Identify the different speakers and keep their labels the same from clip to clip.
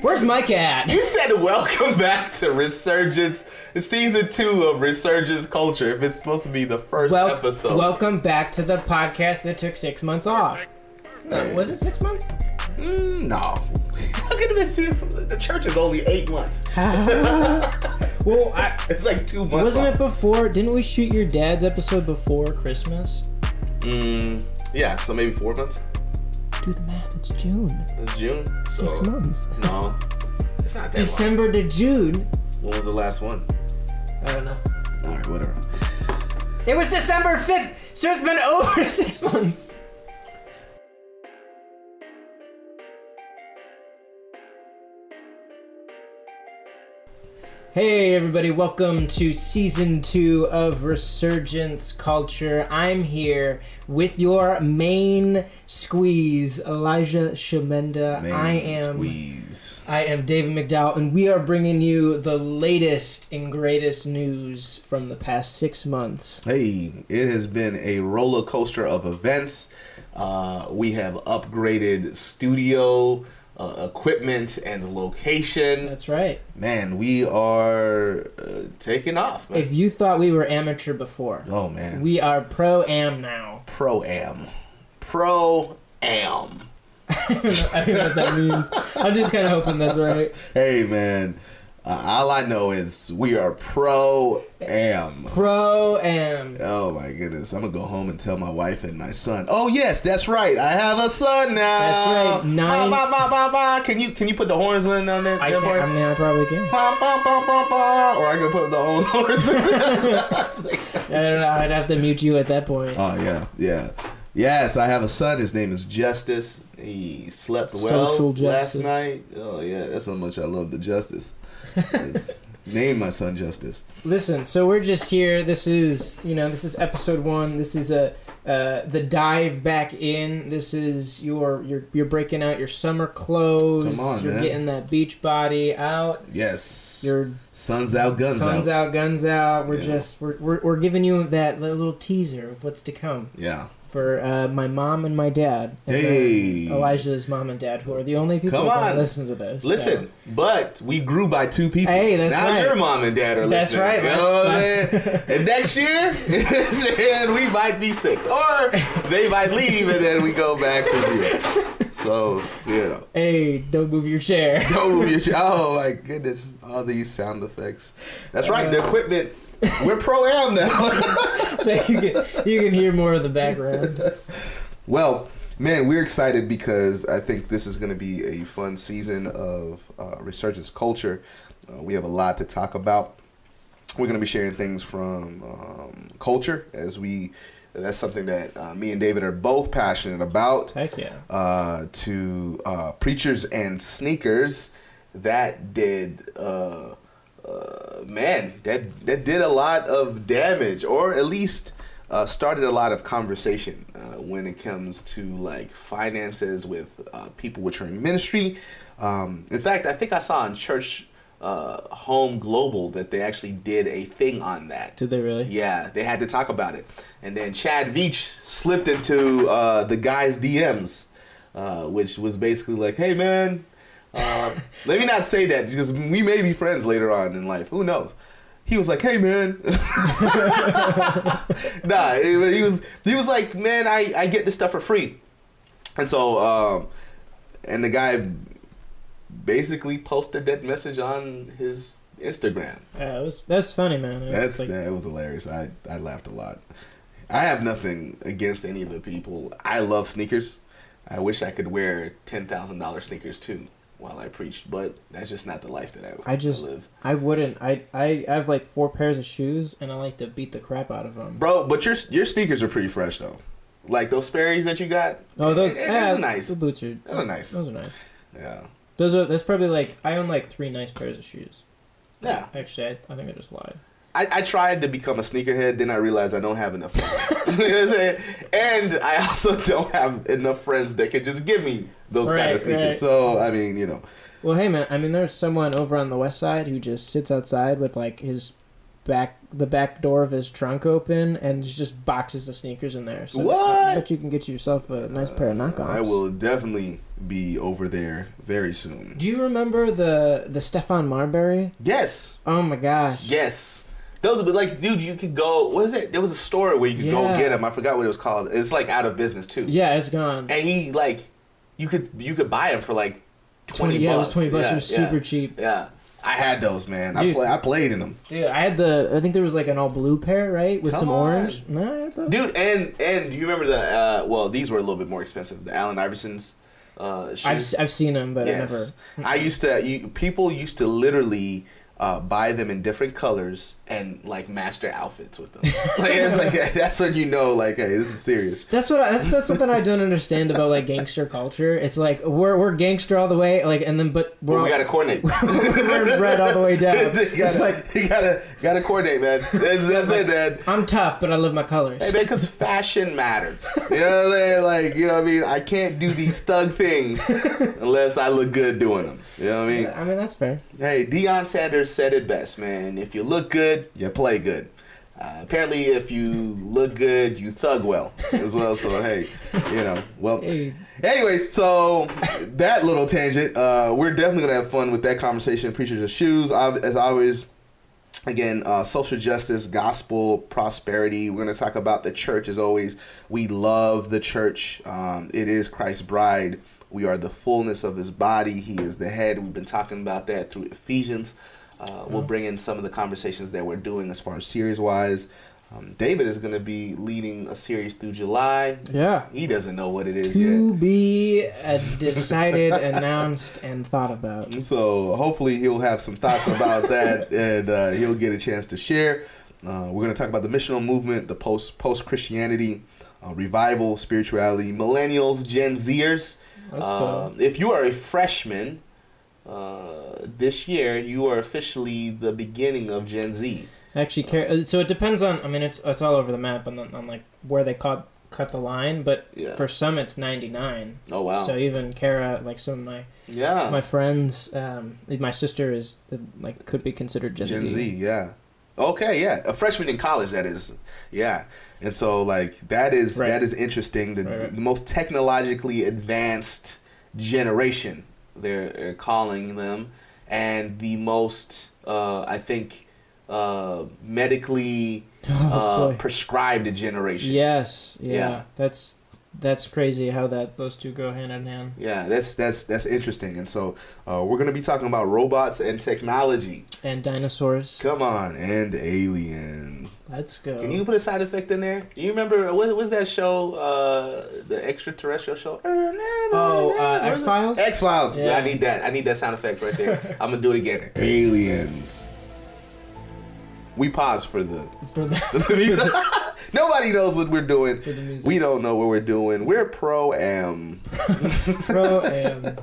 Speaker 1: Where's Mike at?
Speaker 2: You said welcome back to Resurgence, season two of Resurgence Culture. If it's supposed to be the first
Speaker 1: Wel-
Speaker 2: episode,
Speaker 1: Welcome back to the podcast that took six months off. Uh, was it six months?
Speaker 2: Mm, no. How could it be six? The church is only eight months.
Speaker 1: well, I,
Speaker 2: It's like two months.
Speaker 1: wasn't it
Speaker 2: off.
Speaker 1: before? Didn't we shoot your dad's episode before Christmas?
Speaker 2: Mm, yeah, so maybe four months.
Speaker 1: Do the math. It's June.
Speaker 2: It's June. So,
Speaker 1: Six months.
Speaker 2: No, it's not that long.
Speaker 1: December to June.
Speaker 2: When was the last one?
Speaker 1: I don't know.
Speaker 2: All right, whatever.
Speaker 1: It was December fifth. So it's been over six months. Hey everybody, welcome to season two of Resurgence Culture. I'm here with your main squeeze, Elijah Shemenda. I am
Speaker 2: Squeeze.
Speaker 1: I am David McDowell, and we are bringing you the latest and greatest news from the past six months.
Speaker 2: Hey, it has been a roller coaster of events. Uh, we have upgraded studio uh, equipment and location.
Speaker 1: That's right.
Speaker 2: Man, we are uh, taking off. Man.
Speaker 1: If you thought we were amateur before,
Speaker 2: oh man,
Speaker 1: we are pro am now.
Speaker 2: pro am, pro am.
Speaker 1: I don't know what that means. I'm just kind of hoping that's right.
Speaker 2: Hey man, uh, all I know is we are pro am.
Speaker 1: Pro am.
Speaker 2: Oh my goodness, I'm gonna go home and tell my wife and my son. Oh yes, that's right. I have a son now.
Speaker 1: That's right, nine-
Speaker 2: Ba, ba, ba, ba, ba. Can you can you put the horns in on that?
Speaker 1: I
Speaker 2: that
Speaker 1: can't.
Speaker 2: part?
Speaker 1: I mean, I probably can.
Speaker 2: Ba, ba, ba, ba, ba. Or I can put the own horns. in.
Speaker 1: I don't know. I'd have to mute you at that point.
Speaker 2: oh yeah, yeah. Yes, I have a son. His name is Justice. He slept well
Speaker 1: Social
Speaker 2: last
Speaker 1: justice.
Speaker 2: night. Oh yeah, that's how much I love the Justice. It's- Name my son Justice.
Speaker 1: Listen, so we're just here. This is, you know, this is episode one. This is a uh, the dive back in. This is your your you're breaking out your summer clothes.
Speaker 2: Come on,
Speaker 1: you're
Speaker 2: man.
Speaker 1: getting that beach body out.
Speaker 2: Yes.
Speaker 1: Your
Speaker 2: Sun's out, guns
Speaker 1: sun's
Speaker 2: out.
Speaker 1: out. guns out. We're
Speaker 2: Yeah.
Speaker 1: just we're, we're we're giving you that little teaser of what's to come
Speaker 2: Yeah.
Speaker 1: for uh, my mom and my dad. And
Speaker 2: Hey.
Speaker 1: then Elijah's mom and dad, who are the only people
Speaker 2: Come
Speaker 1: that
Speaker 2: on.
Speaker 1: listen to this. so-
Speaker 2: Listen, but we grew by two people.
Speaker 1: Hey, that's
Speaker 2: now
Speaker 1: right.
Speaker 2: your mom and dad are
Speaker 1: That's
Speaker 2: listening.
Speaker 1: right.
Speaker 2: You know what I'm saying? and next year, and we might be six, or they might leave, and then we go back to zero. So you know,
Speaker 1: Hey, don't move your chair.
Speaker 2: go with your ch- oh my goodness, all these sound effects. That's right, the equipment. We're pro am now.
Speaker 1: so you can you can hear more of the background.
Speaker 2: well, man, we're excited because I think this is going to be a fun season of uh, resurgence culture. Uh, we have a lot to talk about. we're going to be sharing things from um, culture as we that's something that uh, me and david are both passionate about
Speaker 1: Heck yeah.
Speaker 2: uh, to uh, preachers and sneakers that did uh, uh, man that that did a lot of damage or at least uh, started a lot of conversation uh, when it comes to like finances with uh, people which are in ministry um, in fact i think i saw in church uh, home global that they actually did a thing on that
Speaker 1: Did they really?
Speaker 2: yeah, they had to talk about it. And then Chad Veach slipped into uh, the guy's DMs, uh, which was basically like, hey, man, uh, let me not say that because we may be friends later on in life. Who knows? He was like, hey, man. nah, he he was, he was like, man, I, I get this stuff for free. And so, um, and the guy basically posted that message on his Instagram.
Speaker 1: Yeah, it was, that's funny, man. It was
Speaker 2: That's
Speaker 1: like-
Speaker 2: that was hilarious. I I laughed a lot. I have nothing against any of the people. I love sneakers. I wish I could wear ten thousand dollar sneakers too while I preach, but that's just not the life that I,
Speaker 1: I just,
Speaker 2: live.
Speaker 1: I wouldn't. I, I, I have like four pairs of shoes, and I like to beat the crap out of them.
Speaker 2: Bro, but your your sneakers are pretty fresh though. Like those Sperry's that you got.
Speaker 1: Oh, those,
Speaker 2: eh,
Speaker 1: yeah,
Speaker 2: are nice.
Speaker 1: The boots are,
Speaker 2: Those are nice.
Speaker 1: those are nice.
Speaker 2: Yeah.
Speaker 1: Those are. That's probably like I own like three nice pairs of shoes.
Speaker 2: Yeah.
Speaker 1: Actually, I, I think I just lied.
Speaker 2: I, I tried to become a sneakerhead, then I realized I don't have enough. you know what I'm saying? And I also don't have enough friends that can just give me those kind
Speaker 1: Right,
Speaker 2: of sneakers.
Speaker 1: right.
Speaker 2: So I mean, you know,
Speaker 1: Well, hey man. I mean, there's someone over on the west side who just sits outside with like his back, the back door of his trunk open, and there's just boxes of sneakers in there. So uh, I
Speaker 2: What?
Speaker 1: bet you can get yourself a nice pair of knockoffs.
Speaker 2: I will definitely be over there very soon.
Speaker 1: Do you remember the the Stefan Marbury?
Speaker 2: Yes,
Speaker 1: Oh my gosh.
Speaker 2: yes. Those would be like, dude, you could go. What is it? There was a store where you could go
Speaker 1: Yeah.
Speaker 2: get them. I forgot what it was called. It's like out of business too.
Speaker 1: Yeah, it's gone.
Speaker 2: And he like, you could you could buy them for like twenty.
Speaker 1: yeah, it was
Speaker 2: bucks.
Speaker 1: twenty bucks.
Speaker 2: Yeah,
Speaker 1: it was
Speaker 2: yeah,
Speaker 1: super cheap.
Speaker 2: Yeah, I had those, man. I
Speaker 1: Dude.
Speaker 2: play, I played in them,
Speaker 1: Dude, I had the. I think there was like an all blue pair, right, with
Speaker 2: Come
Speaker 1: some
Speaker 2: on.
Speaker 1: orange. Nah, I had those.
Speaker 2: dude. And and do you remember the? Uh, well, these were a little bit more expensive. The Allen Iversons. Uh, shoes.
Speaker 1: I've I've seen them, but I never.
Speaker 2: Yes. I used to. You, people used to literally uh, buy them in different colors and like match their outfits with them. like, it's like that's when you know, like, hey, this is serious.
Speaker 1: That's what I, that's that's something I don't understand about like gangster culture. It's like we're we're gangster all the way, like, and then but
Speaker 2: But
Speaker 1: we're
Speaker 2: we
Speaker 1: all-
Speaker 2: gotta coordinate.
Speaker 1: we're bred all the way down.
Speaker 2: You gotta-
Speaker 1: It's like
Speaker 2: you gotta gotta coordinate, man. That's, that's it, man.
Speaker 1: I'm tough, but I love my colors.
Speaker 2: Hey, man, because fashion matters. You know what I'm saying? Like, you know what I mean? I can't do these thug things unless I look good doing them. You know what I mean?
Speaker 1: I mean that's fair.
Speaker 2: Hey, Deion Sanders said it best, man. If you look good, you play good. Uh, apparently, if you look good, you thug well as well. So hey, you know. Well,
Speaker 1: Hey.
Speaker 2: anyways, so that little tangent. Uh, we're definitely gonna have fun with that conversation. Preachers of shoes, ob- as always. Again, uh, social justice, gospel, prosperity. We're going to talk about the church as always. We love the church. Um, it is Christ's bride. We are the fullness of his body. He is the head. We've been talking about that through Ephesians. Uh, we'll bring in some of the conversations that we're doing as far as series wise. Um, David is going to be leading a series through July.
Speaker 1: Yeah.
Speaker 2: He doesn't know what it is yet.
Speaker 1: To be uh, decided, announced, and thought about.
Speaker 2: Mm-hmm. So hopefully he'll have some thoughts about that, and uh, he'll get a chance to share. Uh, we're going to talk about the missional movement, the post post Christianity uh, revival, spirituality, millennials, Gen Zers.
Speaker 1: That's
Speaker 2: Um, If you are a freshman uh, this year, you are officially the beginning of Gen Z.
Speaker 1: Actually, care. uh, So it depends on. I mean, it's it's all over the map and on, on like where they caught cut the line. But
Speaker 2: Yeah.
Speaker 1: for some, it's ninety nine.
Speaker 2: Oh wow.
Speaker 1: So even Kara, like some of my
Speaker 2: yeah.
Speaker 1: my friends, um, my sister is uh, like could be considered Gen,
Speaker 2: Gen Z. yeah. Okay, yeah, a freshman in college that is, yeah, and so like that is
Speaker 1: Right.
Speaker 2: that is interesting. The,
Speaker 1: Right, right.
Speaker 2: the most technologically advanced generation they're, they're calling them, and the most uh, I think uh, medically
Speaker 1: Oh,
Speaker 2: uh,
Speaker 1: boy.
Speaker 2: prescribed generation.
Speaker 1: Yes. Yeah.
Speaker 2: Yeah.
Speaker 1: That's that's crazy how that those two go hand in hand.
Speaker 2: Yeah, that's that's that's interesting, and so uh, we're gonna be talking about robots and technology.
Speaker 1: And dinosaurs.
Speaker 2: Come on, and aliens.
Speaker 1: Let's go.
Speaker 2: Can you put a side effect in there? Do you remember uh, what was that show? Uh, the extraterrestrial show. Uh,
Speaker 1: Oh,
Speaker 2: Oh,
Speaker 1: uh, X Files.
Speaker 2: X Files. Yeah.
Speaker 1: Yeah.
Speaker 2: I need that. I need that sound effect right there. I'm gonna do it again. Aliens. We pause for the.
Speaker 1: For the,
Speaker 2: Nobody knows what we're doing.
Speaker 1: for the music.
Speaker 2: We don't know what we're doing. We're pro am.
Speaker 1: Pro am.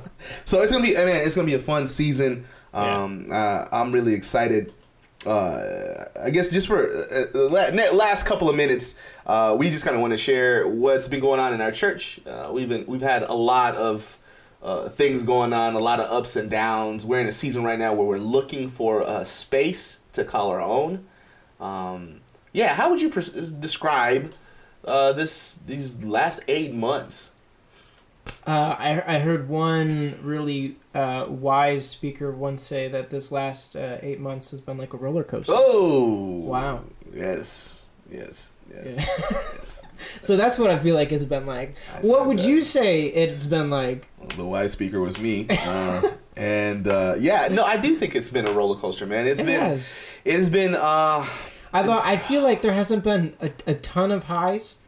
Speaker 2: So it's gonna be man, it's gonna be a fun season. Um, uh, I'm really excited. Uh, I guess just for uh, uh, la- na- last couple of minutes, uh, we just kind of want to share what's been going on in our church. Uh, we've been we've had a lot of uh, things going on, a lot of ups and downs. We're in a season right now where we're looking for a space to call our own. Um, yeah, how would you pres- describe uh, this these last eight months?
Speaker 1: Uh, I I heard one really uh, wise speaker once say that this last uh, eight months has been like a roller coaster.
Speaker 2: Oh
Speaker 1: Wow.
Speaker 2: Yes, yes, yes.
Speaker 1: Yeah.
Speaker 2: yes.
Speaker 1: So that's what I feel like it's been like.
Speaker 2: I
Speaker 1: What
Speaker 2: said
Speaker 1: would
Speaker 2: that.
Speaker 1: you say it's been like?
Speaker 2: The wise speaker was me, uh, and uh, yeah, no, I do think it's been a roller coaster, man. It's
Speaker 1: It
Speaker 2: been,
Speaker 1: has.
Speaker 2: it's been, uh,
Speaker 1: I thought I feel like there hasn't been a, a ton of highs.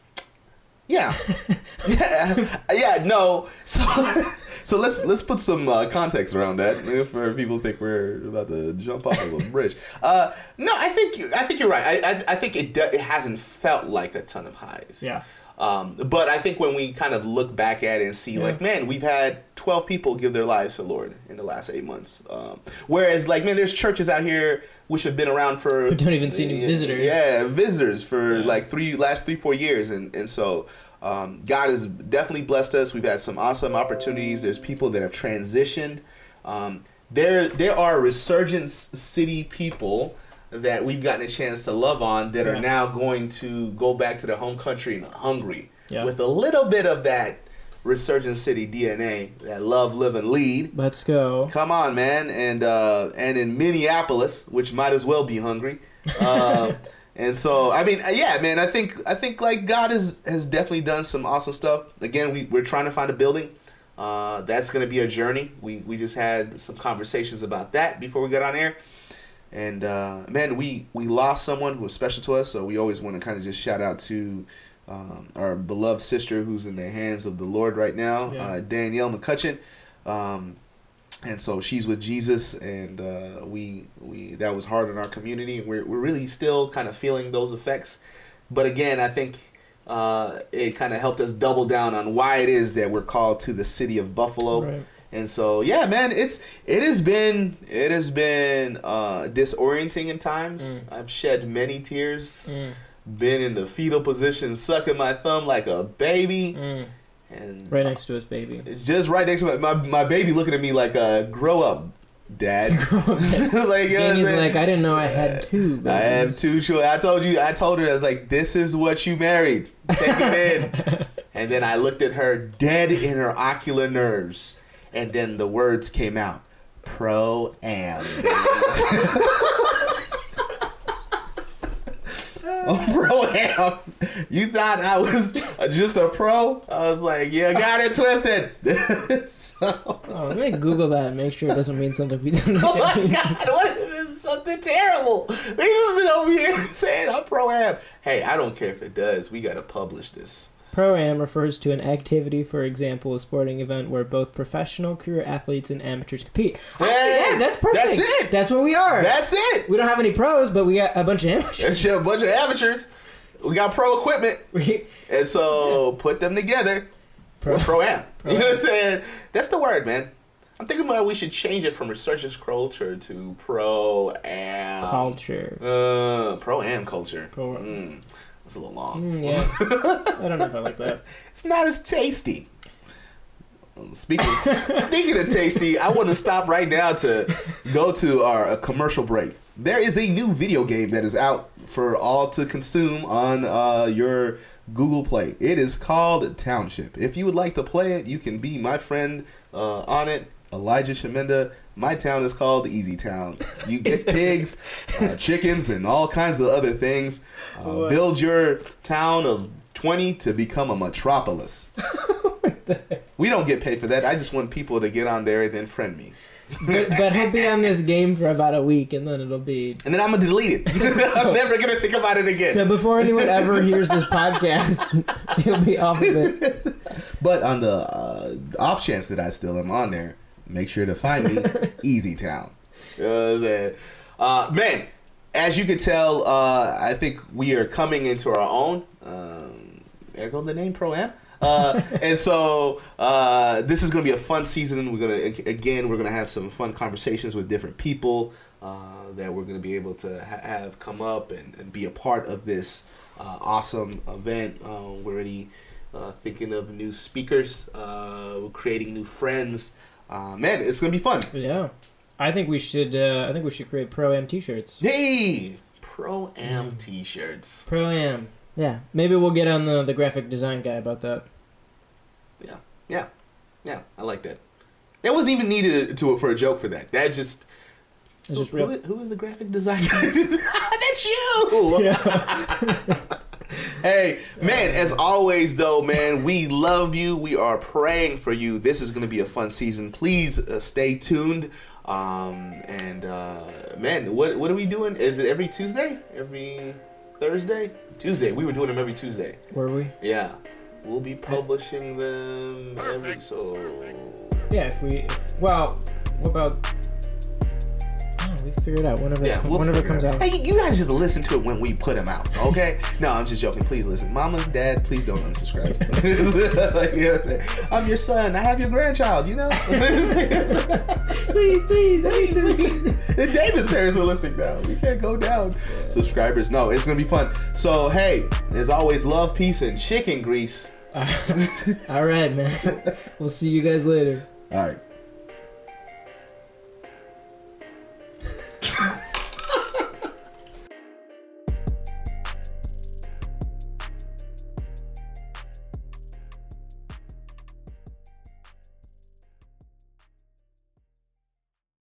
Speaker 2: yeah, yeah, yeah. No, so so let's let's put some uh, context around that if uh, people think we're about to jump off of a bridge. Uh, no, I think you, I think you're right. I I, I think it do, it hasn't felt like a ton of highs.
Speaker 1: Yeah.
Speaker 2: Um, but I think when we kind of look back at it and see,
Speaker 1: Yeah.
Speaker 2: like, man, we've had 12 people give their lives to the Lord in the last eight months. Um, whereas, like, man, there's churches out here which have been around for.
Speaker 1: Who don't even see any visitors.
Speaker 2: Yeah, visitors for like three, last three, four years. And, and so um, God has definitely blessed us. We've had some awesome opportunities. There's people that have transitioned. Um, there, there are resurgence city people that we've gotten a chance to love on that
Speaker 1: Yeah.
Speaker 2: are now now going to go back to their home country and hungry
Speaker 1: Yeah.
Speaker 2: with a little bit of that Resurgent City DNA that love, live, and lead.
Speaker 1: Let's go.
Speaker 2: Come on, man, and uh, and in Minneapolis, which might as well be hungry. Uh, and so, I mean, uh, yeah, man, I think I think like God has has definitely done some awesome stuff. Again, we we're trying to find a building. Uh, that's gonna be a journey. We we just had some conversations about that before we got on air. And uh, man, we we lost someone who was special to us, so we always want to kind of just shout out to um, our beloved sister who's in the hands of the Lord right now,
Speaker 1: Yeah.
Speaker 2: uh, Danielle McCutcheon. Um, and so she's with Jesus, and uh, we we that was hard on our community, and we're we're really still kind of feeling those effects. But again, I think uh, it kind of helped us double down on why it is that we're called to the city of Buffalo.
Speaker 1: Right.
Speaker 2: And so yeah, man, it's it has been it has been uh, disorienting in times.
Speaker 1: Mm.
Speaker 2: I've shed many tears,
Speaker 1: Mm,
Speaker 2: been in the fetal position, sucking my thumb like a baby,
Speaker 1: mm.
Speaker 2: and
Speaker 1: Right next to us, baby.
Speaker 2: it's just right next to my, my my baby looking at me like uh, grow up, dad.
Speaker 1: Grow up,
Speaker 2: like,
Speaker 1: Dad.
Speaker 2: you know what I'm
Speaker 1: Danny's
Speaker 2: saying?
Speaker 1: like, I didn't know I had two.
Speaker 2: I have
Speaker 1: babies."
Speaker 2: two children. I told you. I told her. I was like, "This is what you married. Take it in." and then I looked at her dead in her ocular nerves, and then the words came out: "Pro am." pro am. Oh, You thought I was just a pro? I was like, "You got it twisted." so,
Speaker 1: Oh, let me Google that and make sure it doesn't mean something we didn't
Speaker 2: Oh my god, what if it's something terrible? They just been over here saying I'm pro am. Hey, I don't care if it does. We gotta publish this.
Speaker 1: Pro-am refers to an activity, for example, a sporting event where both professional, career athletes, and amateurs compete. I-
Speaker 2: Hey,
Speaker 1: yeah, that's perfect.
Speaker 2: that's it.
Speaker 1: That's where we are.
Speaker 2: That's it.
Speaker 1: we don't have any pros, but we got a bunch of amateurs.
Speaker 2: It's a bunch of amateurs. We got pro equipment.
Speaker 1: We-
Speaker 2: And so put them together. Pro
Speaker 1: Pro-
Speaker 2: am. You know what I'm saying? That's the word, man. I'm thinking about we should change it from resurgence culture to pro am.
Speaker 1: culture.
Speaker 2: Uh, pro am culture.
Speaker 1: Pro-
Speaker 2: Mm, that's a little long.
Speaker 1: Mm, yeah, I don't know if I like that.
Speaker 2: It's not as tasty. Speaking speaking of tasty, I want to stop right now to go to our a commercial break. There is a new video game that is out for all to consume on uh, your Google Play. It is called Township. If you would like to play it, you can be my friend uh, on it, Elijah Shemenda. My town is called Easy Town. You get pigs, uh, chickens, and all kinds of other things. Uh,
Speaker 1: What?
Speaker 2: build your town of 20 to become a metropolis. We don't get paid for that. I just want people to get on there and then friend me.
Speaker 1: But, but he'll be on this game for about a week, and then it'll be.
Speaker 2: And then I'm going to delete it. I'm never going to think about it again.
Speaker 1: So before anyone ever hears this podcast, he'll be off of it.
Speaker 2: but on the uh, off chance that I still am on there, make sure to find me Easy Town. Uh, that- uh, man, as you can tell, uh, I think we are coming into our own. Um, there go the name Pro Am. Uh, and so uh, this is going to be a fun season. We're going to again, we're going to have some fun conversations with different people uh, that we're going to be able to ha- have come up and, and be a part of this uh, awesome event. Uh, we're already uh, thinking of new speakers, uh, we're creating new friends. Uh, man, it's going to be fun.
Speaker 1: Yeah, I think we should. Uh, I think we should create pro-am T-shirts.
Speaker 2: Hey, Pro Am T-shirts.
Speaker 1: Pro-am. Yeah, maybe we'll get on the the graphic design guy about that.
Speaker 2: Yeah, I like that. That wasn't even needed to for a joke for that. That just
Speaker 1: It's
Speaker 2: who-
Speaker 1: just real.
Speaker 2: who, who is the graphic designer? That's you.
Speaker 1: Yeah.
Speaker 2: Hey, man, as always, though, man, we love you. We are praying for you. This is going to be a fun season. Please uh, stay tuned. Um, and, uh, man, what, what are we doing? Is it every Tuesday? Every Thursday? Tuesday. We were doing them every Tuesday.
Speaker 1: Were we?
Speaker 2: Yeah. We'll be publishing them every so.
Speaker 1: Yeah, if we. Well, what about? Oh, we figure it out whenever.
Speaker 2: Yeah,
Speaker 1: it comes,
Speaker 2: we'll
Speaker 1: whenever it
Speaker 2: figure
Speaker 1: comes
Speaker 2: it
Speaker 1: out.
Speaker 2: out. Hey, you guys just listen to it when we put them out, okay? no, I'm just joking. Please listen. Mama, dad, please don't unsubscribe. Like, you know what I'm saying? I'm your son. I have your grandchild, you know?
Speaker 1: Please, please, I need
Speaker 2: the Davis parents are listening now. We can't go down. Subscribers, no, it's going to be fun. So, hey, as always, love, peace, and chicken grease.
Speaker 1: All right, man. We'll see you guys later.
Speaker 2: All right.